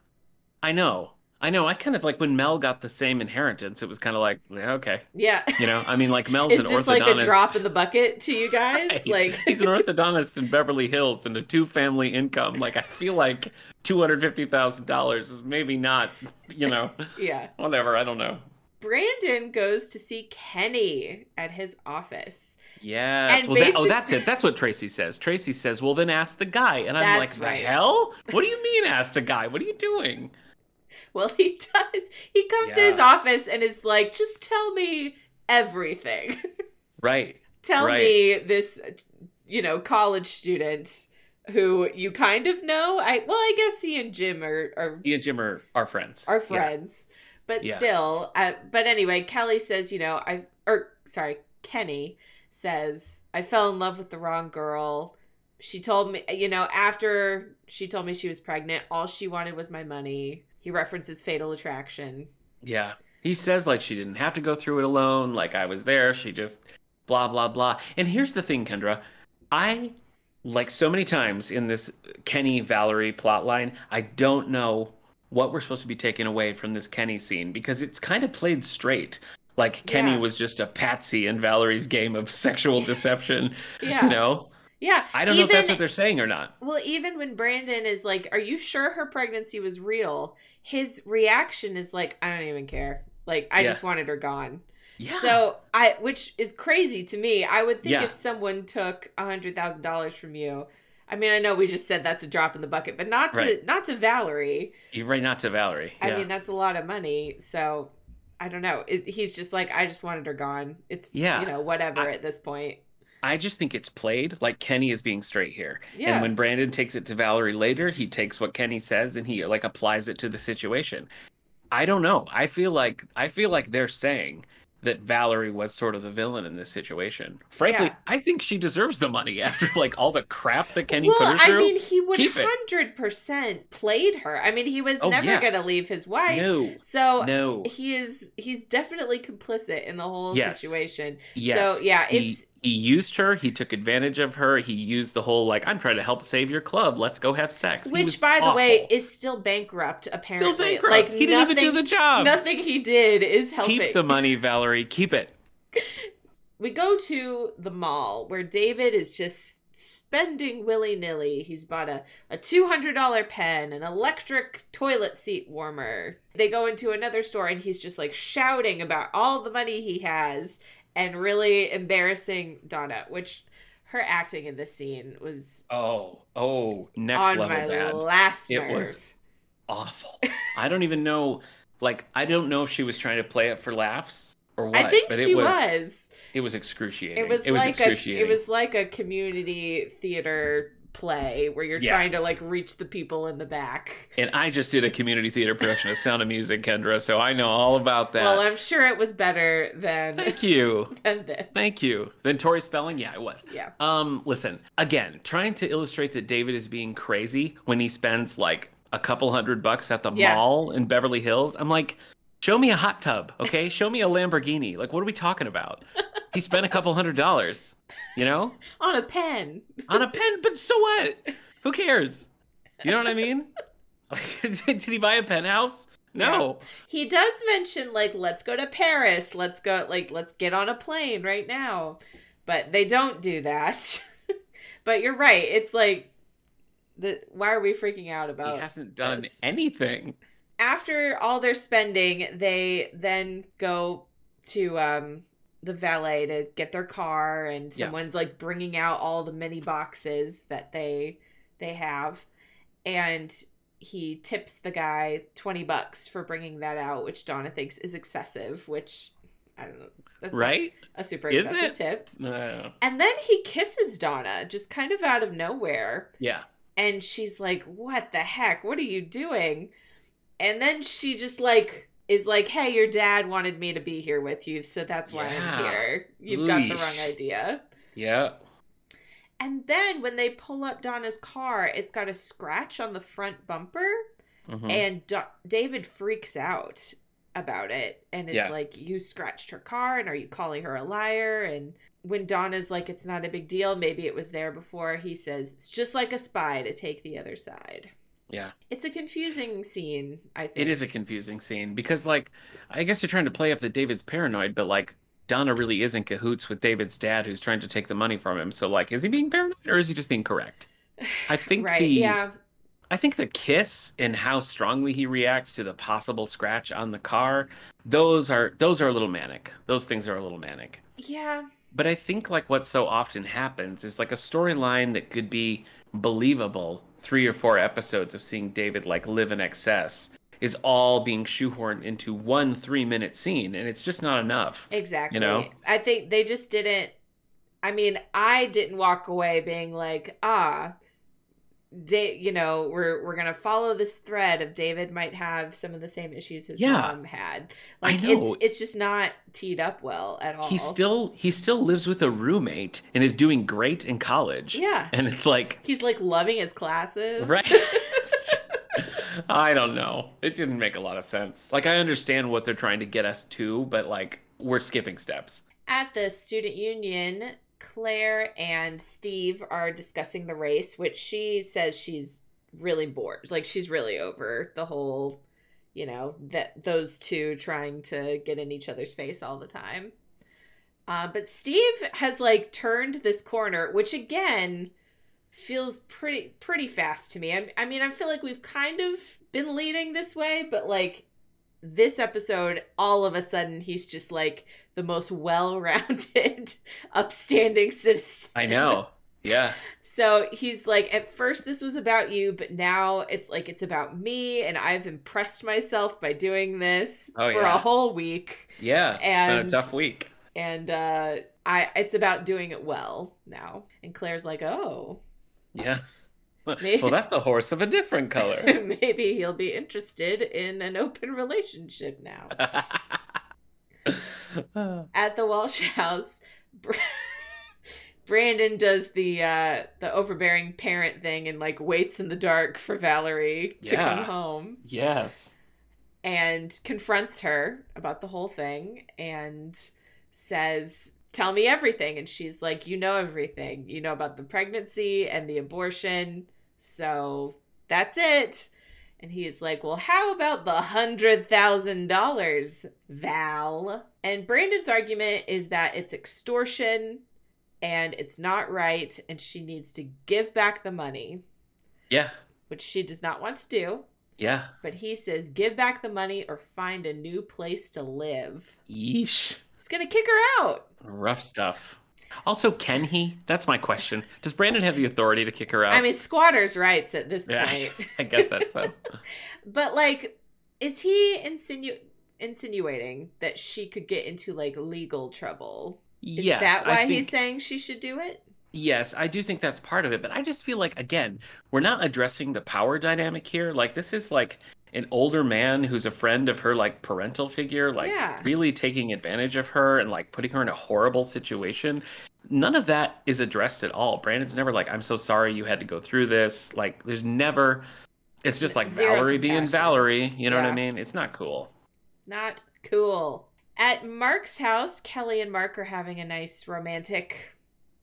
S1: I know. I know. I kind of like when Mel got the same inheritance, it was kind of like, yeah, okay.
S2: Yeah.
S1: You know, I mean, like Mel's
S2: Is
S1: an
S2: this
S1: orthodontist.
S2: like a drop in the bucket to you guys?
S1: Right.
S2: Like,
S1: he's an orthodontist in Beverly Hills and a two family income. Like, I feel like $250,000 is maybe not, you know,
S2: yeah.
S1: whatever. I don't know.
S2: Brandon goes to see Kenny at his office.
S1: Yes.
S2: And
S1: well, that, oh,
S2: basic-
S1: that's it. That's what Tracy says. Tracy says, well, then ask the guy. And I'm like,
S2: That's
S1: the
S2: right.
S1: hell? What do you mean ask the guy? What are you doing?
S2: Well, he does. He comes to
S1: Yeah.
S2: his office and is like, just tell me everything.
S1: Right.
S2: tell
S1: Right.
S2: me this, you know, college student who you kind of know. I Well, I guess he and Jim are, are
S1: He and Jim are, are friends.
S2: are
S1: Yeah.
S2: friends. But
S1: Yeah.
S2: still, uh, but anyway, Kelly says, you know, I or sorry, Kenny says, I fell in love with the wrong girl. She told me, you know, after she told me she was pregnant, all she wanted was my money. He references Fatal Attraction.
S1: Yeah. He says like she didn't have to go through it alone, like I was there, she just blah blah blah. And here's the thing, Kendra. I like so many times in this Kenny Valerie plotline, I don't know what we're supposed to be taking away from this Kenny scene because it's kind of played straight. Like Kenny
S2: Yeah.
S1: was just a patsy in Valerie's game of sexual deception,
S2: Yeah,
S1: you know?
S2: yeah.
S1: I don't know if that's what they're saying or not.
S2: Well, even when Brandon is like, "Are you sure her pregnancy was real?" His reaction is like, "I don't even care. Like, I
S1: Yeah.
S2: just wanted her gone."
S1: Yeah.
S2: So I, which is crazy to me. I would think
S1: Yeah.
S2: if someone took a hundred thousand dollars from you, I mean, I know we just said that's a drop in the bucket, but not to
S1: Right.
S2: not to Valerie.
S1: You're right not to Valerie.
S2: I
S1: yeah.
S2: mean, that's a lot of money. So I don't know. It, he's just like, I just wanted her gone. It's
S1: Yeah.
S2: you know, whatever
S1: I-
S2: at this point.
S1: I just think it's played like Kenny is being straight here.
S2: Yeah.
S1: And when Brandon takes it to Valerie later, he takes what Kenny says and he like applies it to the situation. I don't know. I feel like I feel like they're saying that Valerie was sort of the villain in this situation. Frankly,
S2: Yeah.
S1: I think she deserves the money after like all the crap that Kenny
S2: well,
S1: put her through.
S2: I mean, he would
S1: Keep it.
S2: hundred percent played her. I mean, he was
S1: Oh,
S2: never
S1: yeah.
S2: going to leave his wife.
S1: no,
S2: So
S1: no,
S2: he is he's definitely complicit in the whole
S1: Yes.
S2: situation.
S1: yes.
S2: So yeah,
S1: he,
S2: it's
S1: he used her. He took advantage of her. He used the whole like, "I'm trying to help save your club. Let's go have sex." He was
S2: which by the way
S1: awful.
S2: is still bankrupt apparently.
S1: still bankrupt.
S2: Like
S1: he didn't
S2: nothing,
S1: even do the job.
S2: nothing he did is helping.
S1: Keep the money, Valerie. Keep it.
S2: we go to the mall where David is just spending willy nilly. He's bought a, a $200 pen, an electric toilet seat warmer. They go into another store and he's just like shouting about all the money he has and really embarrassing Donna, which her acting in this scene was
S1: Oh, oh, next
S2: on
S1: level
S2: my
S1: bad.
S2: last
S1: It
S2: nerve.
S1: was- awful. I don't even know. Like, I don't know if she was trying to play it for laughs or what.
S2: I think
S1: but
S2: she
S1: it was,
S2: was.
S1: It was excruciating.
S2: It was, like a
S1: excruciating.
S2: it was like a community theater play where you're
S1: Yeah.
S2: trying to like reach the people in the back.
S1: And I just did a community theater production of Sound of Music, Kendra, so I know all about that.
S2: Well, I'm sure it was better than,
S1: Thank you.
S2: than this.
S1: Thank you. Then Tori Spelling, yeah, it was.
S2: Yeah.
S1: Um, listen, again, trying to illustrate that David is being crazy when he spends like a couple hundred bucks at the
S2: Yeah.
S1: mall in Beverly Hills. I'm like, show me a hot tub, okay? show me a Lamborghini. Like, what are we talking about? He spent a couple hundred dollars, you know,
S2: On a pen.
S1: on a pen, but so what? Who cares? You know what I mean? Did he buy a penthouse? No.
S2: He does mention, like, let's go to Paris. Let's go, like, let's get on a plane right now. But they don't do that. but you're right. It's like, the, why are we freaking out about
S1: he hasn't done
S2: yes.
S1: anything.
S2: after all their spending, they then go to um the valet to get their car and
S1: Yeah.
S2: someone's like bringing out all the mini boxes that they they have and he tips the guy 20 bucks for bringing that out which Donna thinks is excessive which I don't know that's not
S1: Right?
S2: a super
S1: Is
S2: excessive
S1: it?
S2: tip
S1: Uh,
S2: and then he kisses Donna just kind of out of nowhere
S1: yeah.
S2: and she's like what the heck what are you doing and then she just like is like hey your dad wanted me to be here with you so that's why i'm
S1: Yeah.
S2: here you've got the
S1: Leash.
S2: wrong idea
S1: Yeah.
S2: and then when they pull up donna's car it's got a scratch on the front bumper
S1: Mhm.
S2: and Do- david freaks out about it and it's
S1: Yeah.
S2: like you scratched her car and are you calling her a liar and when donna's like it's not a big deal maybe it was there before he says it's just like a spy to take the other side
S1: yeah.
S2: It's a confusing scene, I think.
S1: It is a confusing scene because, like, I guess you're trying to play up that David's paranoid, but like, Donna really is in cahoots with David's dad, who's trying to take the money from him. So, like, is he being paranoid or is he just being correct? I think
S2: right.
S1: the
S2: Yeah.
S1: I think the kiss and how strongly he reacts to the possible scratch on the car, those are those are a little manic. Those things are a little manic.
S2: Yeah.
S1: But I think like what so often happens is like a storyline that could be believable three or four episodes of seeing David like live in excess is all being shoehorned into one three minute scene and it's just not enough.
S2: Exactly.
S1: know?
S2: I think they just didn't I mean, I didn't walk away being like, ah, da- you know, we're we're gonna follow this thread of David might have some of the same issues his
S1: Yeah.
S2: mom had.
S1: I
S2: Like
S1: know.
S2: it's it's just not teed up well at all.
S1: He still he still lives with a roommate and is doing great in college.
S2: Yeah.
S1: And it's like
S2: He's like loving his classes.
S1: Right. I don't know. It didn't make a lot of sense. Like I understand what they're trying to get us to, but like we're skipping steps.
S2: At the student union, Claire and Steve are discussing the race, which she says she's really bored. Like she's really over the whole, you know, that those two trying to get in each other's face all the time. Uh, but Steve has like turned this corner, which again feels pretty pretty fast to me. I, I mean, I feel like we've kind of been leading this way, but like this episode, all of a sudden, he's just like the most well-rounded, upstanding citizen.
S1: I know. Yeah.
S2: So he's like, at first this was about you, but now it's like it's about me, and I've impressed myself by doing this
S1: Oh,
S2: for
S1: yeah.
S2: a whole week,
S1: Yeah. it's been
S2: And-
S1: a tough week.
S2: and uh, I it's about doing it well now. And Claire's like, oh,
S1: Yeah.
S2: Maybe-
S1: Well, that's a horse of a different color.
S2: maybe he'll be interested in an open relationship now. At the Walsh house, Br- Brandon does the uh, the overbearing parent thing and like waits in the dark for Valerie to
S1: Yeah.
S2: come home
S1: yes.
S2: and confronts her about the whole thing and says, Tell me everything. And she's like, You know everything. You know about the pregnancy and the abortion. So that's it. And he's like, Well, how about the $100,000, Val? And Brandon's argument is that it's extortion and it's not right and she needs to give back the money,
S1: Yeah.
S2: which she does not want to do.
S1: Yeah.
S2: But he says, give back the money or find a new place to live.
S1: Yeesh.
S2: He's going to kick her out.
S1: Rough stuff. Also, can he? That's my question. Does Brandon have the authority to kick her out?
S2: I mean, squatter's rights at this
S1: Oh. Yeah.
S2: point.
S1: I guess that's uh, so.
S2: But, like, is he insinu- insinuating that she could get into, like, legal trouble? Is
S1: yes.
S2: that
S1: I
S2: why
S1: think-
S2: he's saying she should do it?
S1: Yes, I do think that's part of it, but I just feel like again, we're not addressing the power dynamic here. Like this is like an older man who's a friend of her like parental figure, like
S2: Yeah.
S1: really taking advantage of her and like putting her in a horrible situation. None of that is addressed at all. Brandon's never like, "I'm so sorry you had to go through this." Like there's never it's just like
S2: Zero
S1: Valerie being
S2: compassion.
S1: Valerie, you know what
S2: Yeah.
S1: I mean? It's not cool.
S2: Not cool. At Mark's house, Kelly and Mark are having a nice romantic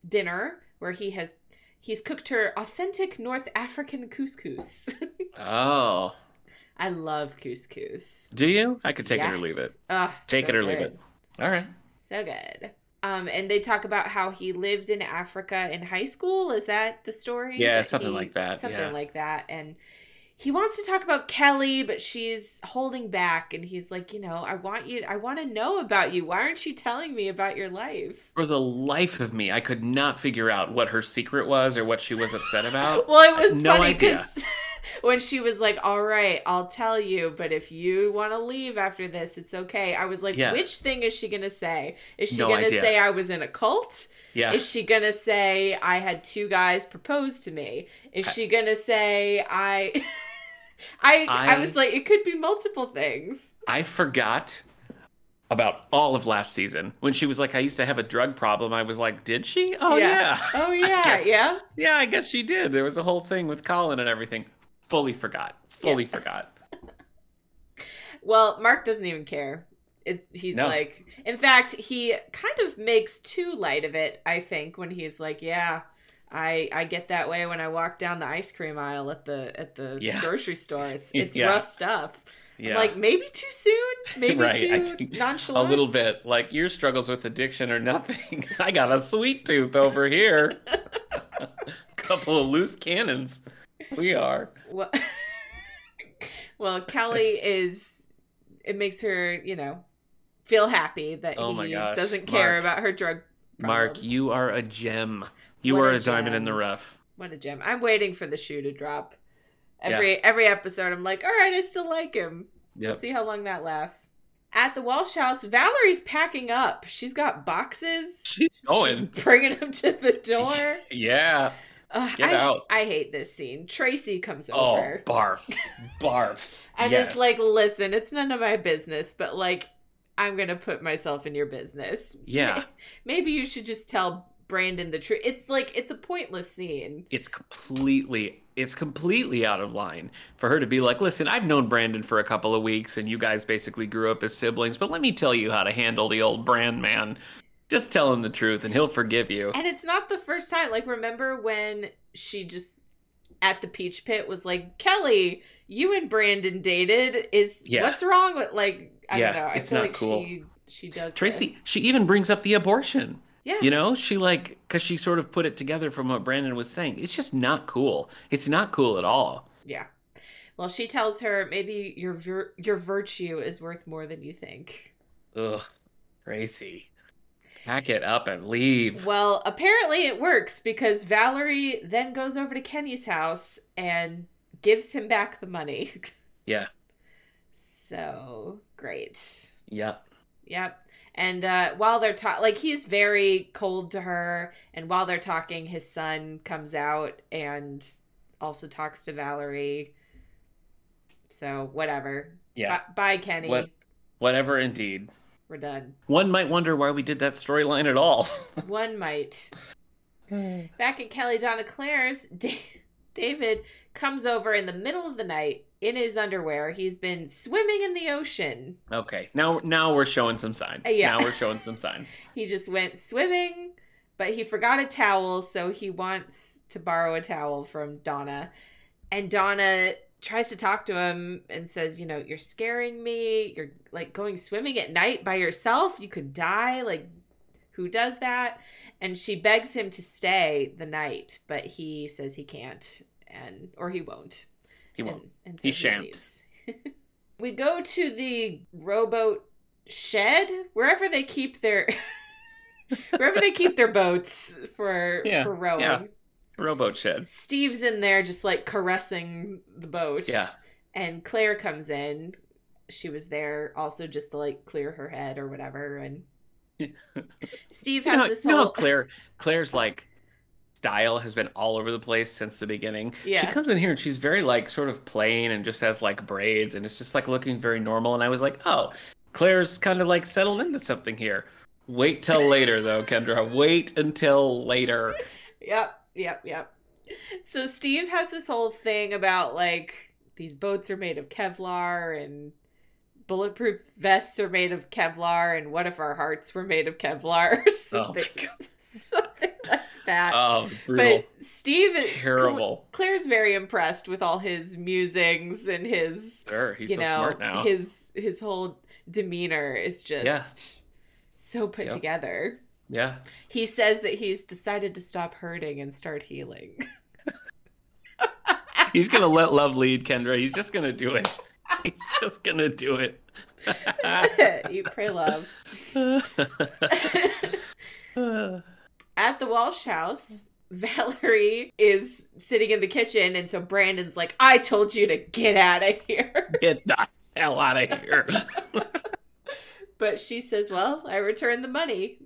S2: dinner where he has he's cooked her authentic North African couscous.
S1: Oh,
S2: I love couscous.
S1: do you? I could take it or leave it.
S2: Yes. Ugh,
S1: Take
S2: so
S1: it or leave
S2: good.
S1: it. All right.
S2: So good. Um, and they talk about how he lived in Africa in high school. Is that the story?
S1: Yeah,
S2: That
S1: something
S2: he-
S1: like that,
S2: Something
S1: yeah.
S2: like that. And he wants to talk about Kelly, but she's holding back. And he's like, you know, I want you. I want to know about you. Why aren't you telling me about your life?
S1: For the life of me, I could not figure out what her secret was or what she was upset about.
S2: Well, it was
S1: no
S2: funny
S1: idea.
S2: because when she was like, "All right, I'll tell you, but if you want to leave after this, it's okay." I was like,
S1: Yeah.
S2: "Which thing is she gonna say? Is she
S1: No
S2: gonna
S1: idea.
S2: say I was in a cult?
S1: Yeah.
S2: Is she gonna say I had two guys propose to me? Is
S1: I-
S2: she gonna say I?" I, I
S1: I-
S2: was like, it could be multiple things.
S1: I forgot about all of last season when she was like, I used to have a drug problem. I was like, Did she? Oh,
S2: Yeah.
S1: yeah. Yeah,
S2: Oh yeah,
S1: guess-
S2: yeah.
S1: I guess she did. There was a whole thing with Colin and everything. Fully forgot. Fully forgot.
S2: Well, Mark doesn't even care. It, he's
S1: No.
S2: like, in fact, he kind of makes too light of it. I think when he's like, "Yeah, I I get that way when I walk down the ice cream aisle at the at the
S1: Yeah.
S2: grocery store. It's it's
S1: Yeah.
S2: rough stuff. I'm
S1: Yeah.
S2: Like maybe too soon, maybe
S1: Right, I
S2: too
S1: think a
S2: nonchalant.
S1: little bit. Like, your struggles with addiction or nothing. I got a sweet tooth over here. Couple of loose cannons. We are.
S2: Well, well, Kelly is. It makes her, you know, feel happy that
S1: Oh
S2: he
S1: my gosh,
S2: doesn't care
S1: Mark.
S2: about her drug.
S1: Mark,
S2: problem.
S1: you are a gem. You
S2: What
S1: are
S2: a
S1: a, diamond in the
S2: gem.
S1: rough.
S2: What a gem! I'm waiting for the shoe to drop. Every every episode, I'm like, all right, I still like him.
S1: Yep.
S2: See how long that lasts. At the Walsh house, Valerie's packing up. She's got boxes.
S1: She's
S2: She's
S1: going.
S2: bringing them to the door.
S1: Oh, Yeah.
S2: Ugh,
S1: Get
S2: I,
S1: out.
S2: I hate this scene. Tracy comes
S1: Oh,
S2: over
S1: barf. barf.
S2: and
S1: yes.
S2: is like, listen, it's none of my business, but like, I'm gonna put myself in your business.
S1: Yeah.
S2: Maybe you should just tell Brandon the truth. It's like it's a pointless scene.
S1: It's completely it's completely out of line for her to be like, "Listen, I've known Brandon for a couple of weeks and you guys basically grew up as siblings, but let me tell you how to handle the old brand man. Just tell him the truth and he'll forgive you."
S2: And it's not the first time. Like, remember when she just at the Peach Pit was like, Kelly, you and Brandon dated. Is
S1: Yeah.
S2: what's wrong with like? I
S1: Yeah,
S2: don't know. I
S1: it's
S2: feel
S1: not
S2: like
S1: cool.
S2: she she does
S1: Tracy,
S2: this.
S1: she even brings up the abortion.
S2: Yeah,
S1: You know, she like because she sort of put it together from what Brandon was saying. It's just not cool. It's not cool at all.
S2: yeah. Well, she tells her maybe your vir- your virtue is worth more than you think.
S1: Ugh, Tracy, pack it up and leave.
S2: Well, apparently it works because Valerie then goes over to Kenny's house and gives him back the money.
S1: Yeah.
S2: So great.
S1: Yeah,
S2: Yep. And uh, while they're talking, like he's very cold to her. And while they're talking, his son comes out and also talks to Valerie. So whatever.
S1: yeah.
S2: B- bye, Kenny.
S1: What- Whatever, indeed.
S2: We're done.
S1: One might wonder why we did that storyline at all.
S2: One might. Back at Kelly Donna Claire's, Da- David comes over in the middle of the night in his underwear. He's been swimming in the ocean.
S1: okay, now now we're showing some signs.
S2: Uh, yeah.
S1: Now we're showing some signs.
S2: He just went swimming, but he forgot a towel, so he wants to borrow a towel from Donna. And Donna tries to talk to him and says, You know, you're scaring me. You're like going swimming at night by yourself. You could die. Like, who does that? And she begs him to stay the night, but he says he can't and or he won't.
S1: He won't.
S2: And, and
S1: He
S2: so
S1: shan't.
S2: leaves. we go to the rowboat shed, wherever they keep their wherever they keep their boats for
S1: Yeah,
S2: for rowing.
S1: yeah. Rowboat sheds.
S2: Steve's in there just like caressing the boat.
S1: Yeah.
S2: And Claire comes in. She was there also just to like clear her head or whatever. And Steve
S1: You
S2: has
S1: know,
S2: this
S1: you know how
S2: whole
S1: Claire Claire's like style has been all over the place since the beginning. She
S2: Yeah.
S1: comes in here and she's very like sort of plain and just has like braids and it's just like looking very normal. And I was like, oh, Claire's kind of like settled into something here. Wait till later though, Kendra. Wait until later.
S2: Yep, yep, yep. So Steve has this whole thing about like these boats are made of Kevlar and bulletproof vests are made of Kevlar and what if our hearts were made of Kevlar or something, something like that.
S1: Oh, brutal,
S2: but Steve is
S1: terrible.
S2: Claire's very impressed with all his musings and his
S1: Sure, he's
S2: you
S1: so
S2: know
S1: smart now.
S2: his his whole demeanor is just
S1: Yeah.
S2: so put
S1: Yep.
S2: together.
S1: yeah,
S2: He says that he's decided to stop hurting and start healing.
S1: he's gonna let love lead, Kendra. He's just gonna do it. He's just gonna do it.
S2: Eat, pray, love. At the Walsh house, Valerie is sitting in the kitchen, and so Brandon's like, I told you to get out of here.
S1: Get the hell out of here.
S2: But she says, Well, I returned the money.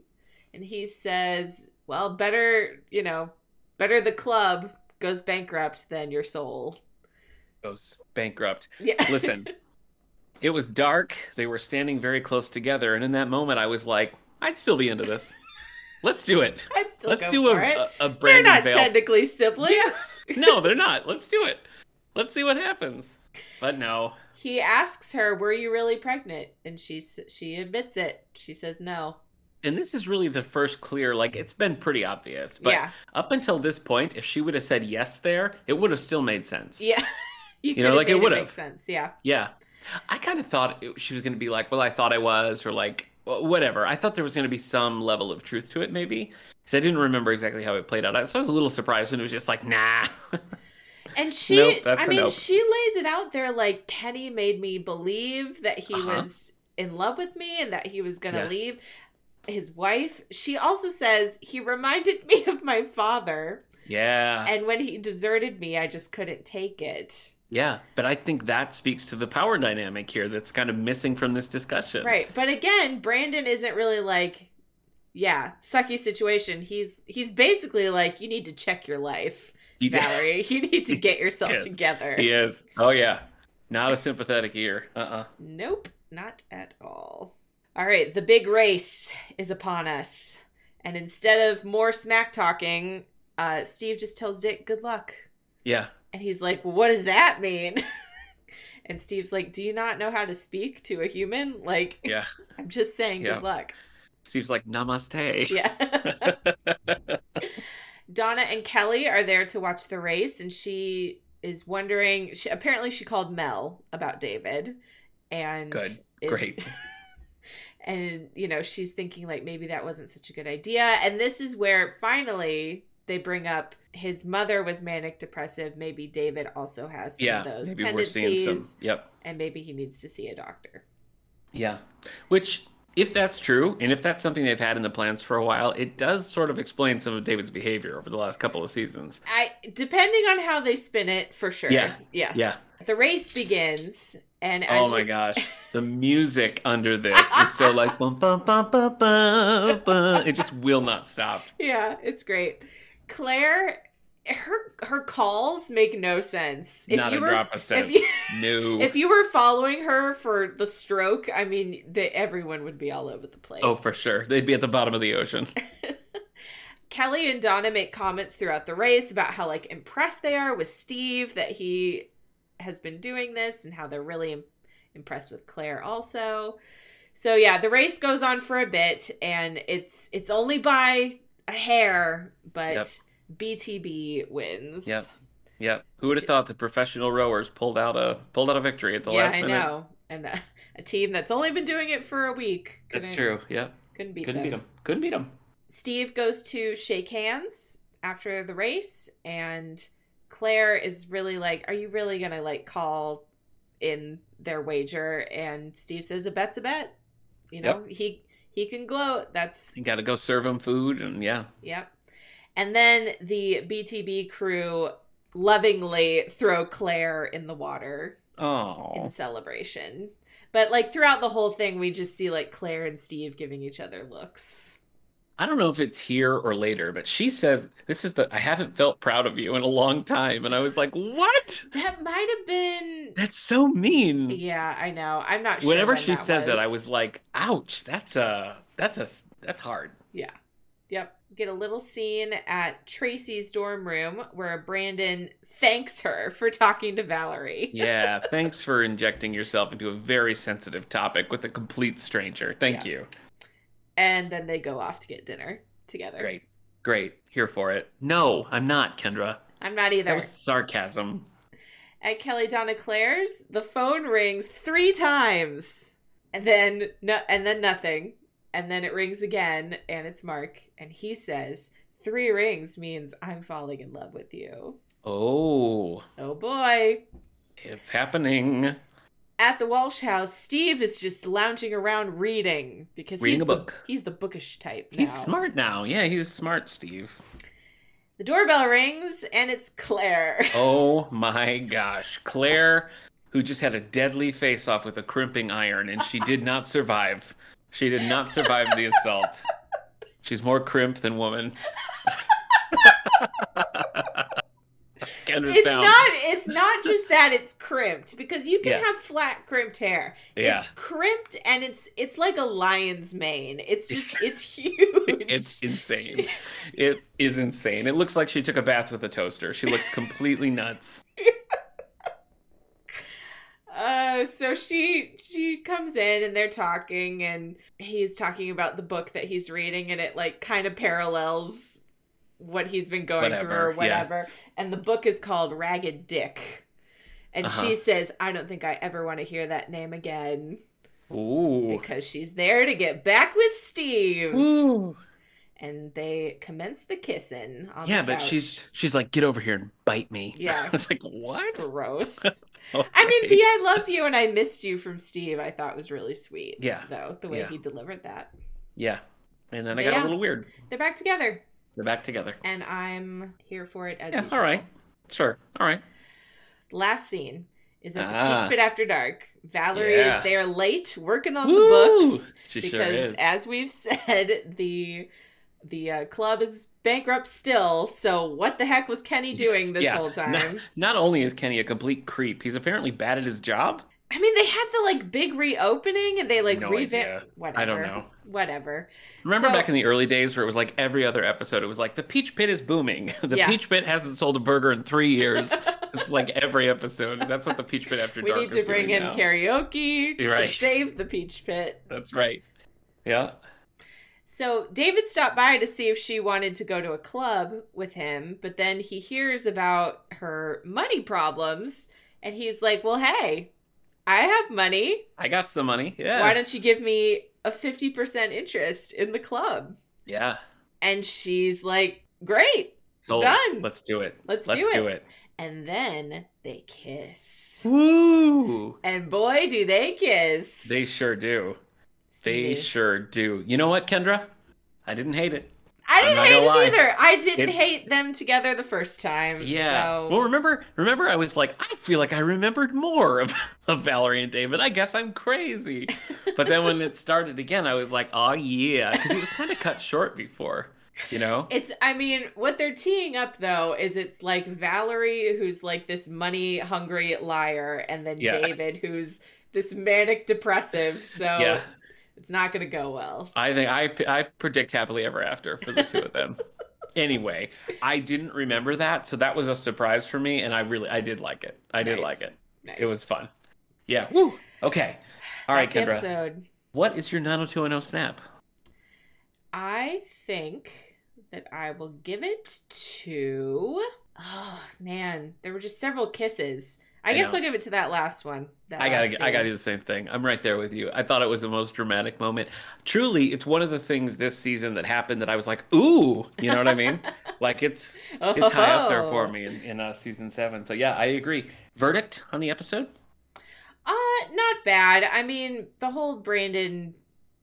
S2: And he says, Well, better, you know, better the club goes bankrupt than your soul.
S1: Goes bankrupt.
S2: Yeah.
S1: Listen, it was dark. They were standing very close together, and in that moment, I was like, "I'd still be into this. Let's do it.
S2: I'd still
S1: Let's
S2: go
S1: do
S2: for
S1: a,
S2: it.
S1: a, a
S2: They're
S1: Brandon
S2: not
S1: Vale.
S2: technically siblings.
S1: No, they're not. Let's do it. Let's see what happens. But no,
S2: He asks her, "Were you really pregnant?" And she s- she admits it. She says no.
S1: and this is really the first clear. Like it's been pretty obvious, but
S2: yeah,
S1: up until this point, if she would have said yes there, it would have still made sense.
S2: yeah.
S1: You know,
S2: could've
S1: like, it
S2: made
S1: would've.
S2: make sense. Yeah,
S1: Yeah. I kind of thought it, she was going to be like, well, I thought I was, or like, wh- whatever. I thought there was going to be some level of truth to it, maybe. Because I didn't remember exactly how it played out. I- So I was a little surprised when it was just like, nah.
S2: and she.
S1: Nope, that's
S2: I
S1: a
S2: mean,
S1: nope.
S2: she lays it out there like Kenny made me believe that he
S1: Uh-huh.
S2: was in love with me and that he was gonna
S1: Yeah.
S2: leave his wife. She also says he reminded me of my father,
S1: yeah.
S2: and when he deserted me, I just couldn't take it.
S1: Yeah. But I think that speaks to the power dynamic here that's kind of missing from this discussion.
S2: Right. But again, Brandon isn't really like, yeah, sucky situation. He's he's basically like, you need to check your life,
S1: He,
S2: Valerie. You need to get yourself
S1: Yes.
S2: together.
S1: he is. Oh, yeah. Not a sympathetic ear. Uh uh
S2: Nope, not at all. All right, the big race is upon us. And instead of more smack talking, uh, Steve just tells Dick, good luck.
S1: Yeah.
S2: And he's like, well, what does that mean? and Steve's like, do you not know how to speak to a human? Like,
S1: Yeah.
S2: I'm just saying
S1: Yeah.
S2: good luck.
S1: Steve's like, namaste.
S2: Yeah. Donna and Kelly are there to watch the race, and she is wondering. She, apparently, she called Mel about David, and
S1: Good.
S2: is-
S1: Great.
S2: And you know, she's thinking like maybe that wasn't such a good idea. And this is where finally they bring up his mother was manic depressive. Maybe David also has some
S1: Yeah.
S2: of those
S1: Maybe we're seeing
S2: tendencies,
S1: some. Yep.
S2: and maybe he needs to see a doctor.
S1: Yeah. Which, if that's true, and if that's something they've had in the plans for a while, it does sort of explain some of David's behavior over the last couple of seasons.
S2: I depending on how they spin it, for sure.
S1: Yeah.
S2: Yes.
S1: Yeah.
S2: The race begins, and as
S1: oh my
S2: you-
S1: gosh. The music under this is so like bum, bum, bum, bum, bum, bum. it just will not stop.
S2: yeah, it's great. Claire her her calls make no sense.
S1: Not a drop of sense.
S2: If you,
S1: no.
S2: if you were following her for the stroke, I mean, they, everyone would be all over the place.
S1: oh, for sure. They'd be at the bottom of the ocean.
S2: Kelly and Donna make comments throughout the race about how like impressed they are with Steve that he has been doing this and how they're really im- impressed with Claire also. So yeah, the race goes on for a bit and it's it's only by a hair, but
S1: Yep.
S2: BTB wins.
S1: Yep. Yep. Who would have thought that professional rowers pulled out a pulled out a victory at the
S2: yeah,
S1: last
S2: I
S1: minute?
S2: know. And a, a team that's only been doing it for a week.
S1: That's
S2: couldn't-
S1: true. Yep.
S2: Couldn't beat
S1: Couldn't
S2: them.
S1: beat him. Couldn't beat him.
S2: Steve goes to shake hands after the race, and Claire is really like, Are you really going to like call in their wager? And Steve says, A bet's a bet. You know, he. He can gloat. That's
S1: You got to go serve him food and yeah.
S2: Yep. And then the BTB crew lovingly throw Claire in the water
S1: Oh.
S2: in celebration. But like throughout the whole thing, we just see like Claire and Steve giving each other looks.
S1: I don't know if it's here or later, but she says this is the I haven't felt proud of you in a long time and I was like, "What?
S2: That might have been.
S1: That's so mean."
S2: Yeah, I know. I'm not sure.
S1: Mm. Whenever
S2: when
S1: she
S2: that
S1: says it, I was like, "Ouch, that's a that's a s- that's hard."
S2: Yeah. Yep. Get a little scene at Tracy's dorm room where Brandon thanks her for talking to Valerie.
S1: Yeah, thanks for injecting yourself into a very sensitive topic with a complete stranger. Thank you.
S2: And then they go off to get dinner together.
S1: Great. Great. Here for it. No, I'm not, Kendra.
S2: I'm not either.
S1: That was sarcasm.
S2: at Kelly Donna Claire's, the phone rings three times, and then no, and then nothing, and then it rings again, and it's Mark, and he says, three rings means I'm falling in love with you."
S1: Oh,
S2: Oh boy!
S1: it's happening.
S2: At the Walsh house, Steve is just lounging around reading because
S1: Reading
S2: he's
S1: a
S2: the,
S1: book.
S2: He's the bookish type.
S1: He's
S2: now.
S1: smart now. Yeah, he's smart, Steve.
S2: The doorbell rings, and it's Claire.
S1: Oh my gosh. Claire, who just had a deadly face off with a crimping iron, and she did not survive. She did not survive the assault. She's more crimp than woman. Kendra's
S2: It's
S1: down.
S2: not. It's not just that it's crimped because you can
S1: Yeah.
S2: have flat crimped hair.
S1: Yeah.
S2: It's crimped and it's it's like a lion's mane. It's just it's huge.
S1: It's insane. It is insane. It looks like she took a bath with a toaster. She looks completely nuts.
S2: uh so she she comes in and they're talking and he's talking about the book that he's reading and it like kind of parallels what he's been going through
S1: Whatever,
S2: or
S1: yeah.
S2: whatever. And the book is called Ragged Dick. And
S1: Uh-huh.
S2: she says, "I don't think I ever want to hear that name again."
S1: Ooh.
S2: because she's there to get back with Steve.
S1: Ooh.
S2: And they commence the kissing. On
S1: Yeah,
S2: the
S1: but
S2: couch.
S1: she's she's like, get over here and bite me.
S2: Yeah.
S1: I was like, what?
S2: gross. I
S1: Alright.
S2: mean, the "I love you" and "I missed you" from Steve, I thought was really sweet.
S1: Yeah.
S2: though the way
S1: Yeah.
S2: he delivered that.
S1: Yeah. And then I
S2: But
S1: got
S2: yeah.
S1: a little weird.
S2: They're back together,
S1: They're back together.
S2: and I'm here for it as
S1: Yeah,
S2: usual.
S1: all right. Sure. All right.
S2: Last scene is at the
S1: Ah.
S2: Peach Pit after dark. Valerie
S1: Yeah.
S2: is there late, working on the
S1: Woo!
S2: books
S1: She
S2: because,
S1: sure is.
S2: as we've said, the the uh, club is bankrupt still. So what the heck was Kenny doing this
S1: Yeah.
S2: whole time?
S1: Not only is Kenny a complete creep, he's apparently bad at his job.
S2: I mean, they had the like big reopening and they like
S1: No
S2: revamped.
S1: idea.
S2: Whatever.
S1: I don't know.
S2: Whatever.
S1: Remember
S2: So-
S1: back in the early days where it was like every other episode, it was like the Peach Pit is booming. The
S2: Yeah.
S1: Peach Pit hasn't sold a burger in three years. it's like every episode. That's what the Peach Pit After
S2: We
S1: Dark
S2: need
S1: is
S2: to bring
S1: doing
S2: in
S1: now.
S2: karaoke
S1: You're
S2: to
S1: right.
S2: save the Peach Pit.
S1: That's right. Yeah.
S2: So David stopped by to see if she wanted to go to a club with him, but then he hears about her money problems and he's like, "Well, hey, I have money.
S1: I got some money. Yeah.
S2: Why don't you give me a 50% interest in the club?"
S1: yeah.
S2: And she's like, "Great.
S1: Sold.
S2: Done.
S1: Let's do it.
S2: Let's,
S1: Let's
S2: do,
S1: do
S2: it.
S1: it.
S2: And then they kiss.
S1: Woo!
S2: And boy, do they kiss.
S1: They sure do. They
S2: Stevie.
S1: sure do. You know what, Kendra? I didn't hate it.
S2: I
S1: I'm
S2: didn't
S1: not
S2: hate it
S1: gonna lie.
S2: either. I didn't
S1: It's-
S2: hate them together the first time.
S1: Yeah.
S2: So
S1: Well, remember, remember, I was like, I feel like I remembered more of, of Valerie and David. I guess I'm crazy. But then when it started again, I was like, oh yeah, because it was kind of cut short before. you know?
S2: It's, I mean, what they're teeing up though is it's like Valerie, who's like this money hungry liar, and then
S1: Yeah.
S2: David, who's this manic depressive. So
S1: Yeah.
S2: it's not going to go well.
S1: I think I I predict happily ever after for the two of them. anyway, I didn't remember that, so that was a surprise for me, and I really I did like it. I did
S2: Nice.
S1: like it.
S2: Nice.
S1: It was fun. Yeah. Woo. Okay. All right,
S2: That's the
S1: Kendra.
S2: Episode.
S1: What is your 90210 snap?
S2: I think that I will give it to. Oh man, there were just several kisses. I,
S1: I
S2: guess
S1: know.
S2: I'll give it to that last one. that
S1: I gotta,
S2: last
S1: I gotta
S2: scene.
S1: do the same thing. I'm right there with you. I thought it was the most dramatic moment. Truly, it's one of the things this season that happened that I was like, ooh, you know what I mean? like it's it's high up there for
S2: Oh.
S1: me in, in uh, season seven. So yeah, I agree. Verdict on the episode?
S2: Uh, not bad. I mean, the whole Brandon,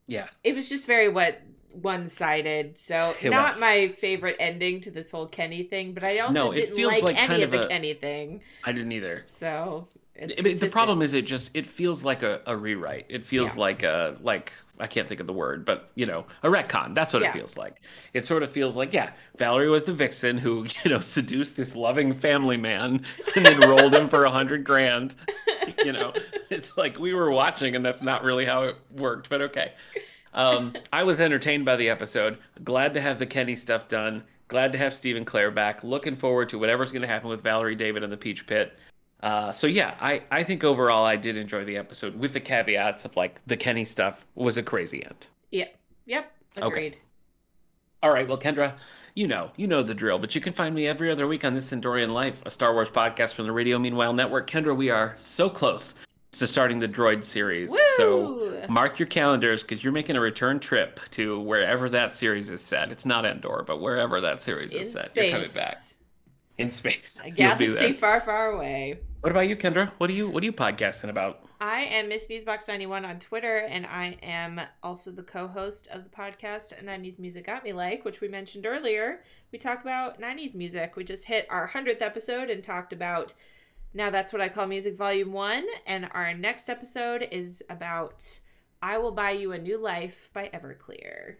S1: Yeah,
S2: it was just very what one sided. So
S1: It
S2: not
S1: was.
S2: my favorite ending to this whole Kenny thing, but I also
S1: No, it
S2: didn't
S1: feels
S2: like,
S1: like
S2: any
S1: kind
S2: of the
S1: of a-
S2: Kenny thing.
S1: I didn't either.
S2: So it's
S1: I mean, the problem is, it just it feels like a, a rewrite. It feels
S2: Yeah.
S1: like a like I can't think of the word, but you know, a retcon. That's what
S2: Yeah.
S1: it feels like. It sort of feels like yeah, Valerie was the vixen who you know seduced this loving family man and then rolled him for a hundred grand. You know, it's like we were watching, and that's not really how it worked. But okay, um, I was entertained by the episode. Glad to have the Kenny stuff done. Glad to have Steve and Claire back. Looking forward to whatever's going to happen with Valerie, David, and the Peach Pit. Uh, so yeah, I, I think overall I did enjoy the episode with the caveats of like the Kenny stuff was a crazy end.
S2: Yeah. Yep.
S1: Okay.
S2: Agreed.
S1: All right, well Kendra, you know you know the drill, but you can find me every other week on this Endorian Life, a Star Wars podcast from the Radio Meanwhile Network. Kendra, we are so close to starting the Droid series,
S2: Woo!
S1: so mark your calendars because you're making a return trip to wherever that series is set. It's not Endor, but wherever that series
S2: in
S1: is set,
S2: space.
S1: you're coming back in space.
S2: A
S1: You'll be
S2: galaxy
S1: there.
S2: far, far away.
S1: What about you, Kendra? What do you what are you podcasting about?
S2: I am Miss Musebox91 on Twitter, and I am also the co host of the podcast 90s Music Got Me Like, which we mentioned earlier. We talk about 90s music. We just hit our 100th episode and talked about Now That's What I Call Music Volume 1. And our next episode is about I Will Buy You a New Life by Everclear.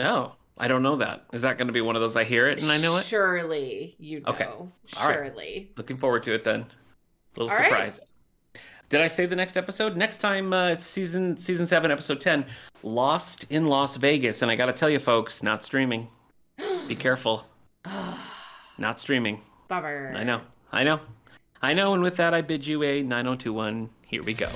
S1: Oh, I don't know that. Is that going to be one of those I hear it and I know it?
S2: Surely you know.
S1: Okay. All right.
S2: Surely.
S1: Looking forward to it then. Little
S2: All right.
S1: surprise. Did I say the next episode? Next time uh, it's season season 7 episode 10, Lost in Las Vegas and I got to tell you folks, not streaming. Be careful. Not streaming.
S2: Bummer.
S1: I know. I know. I know and with that I bid you a 9021. Here we go.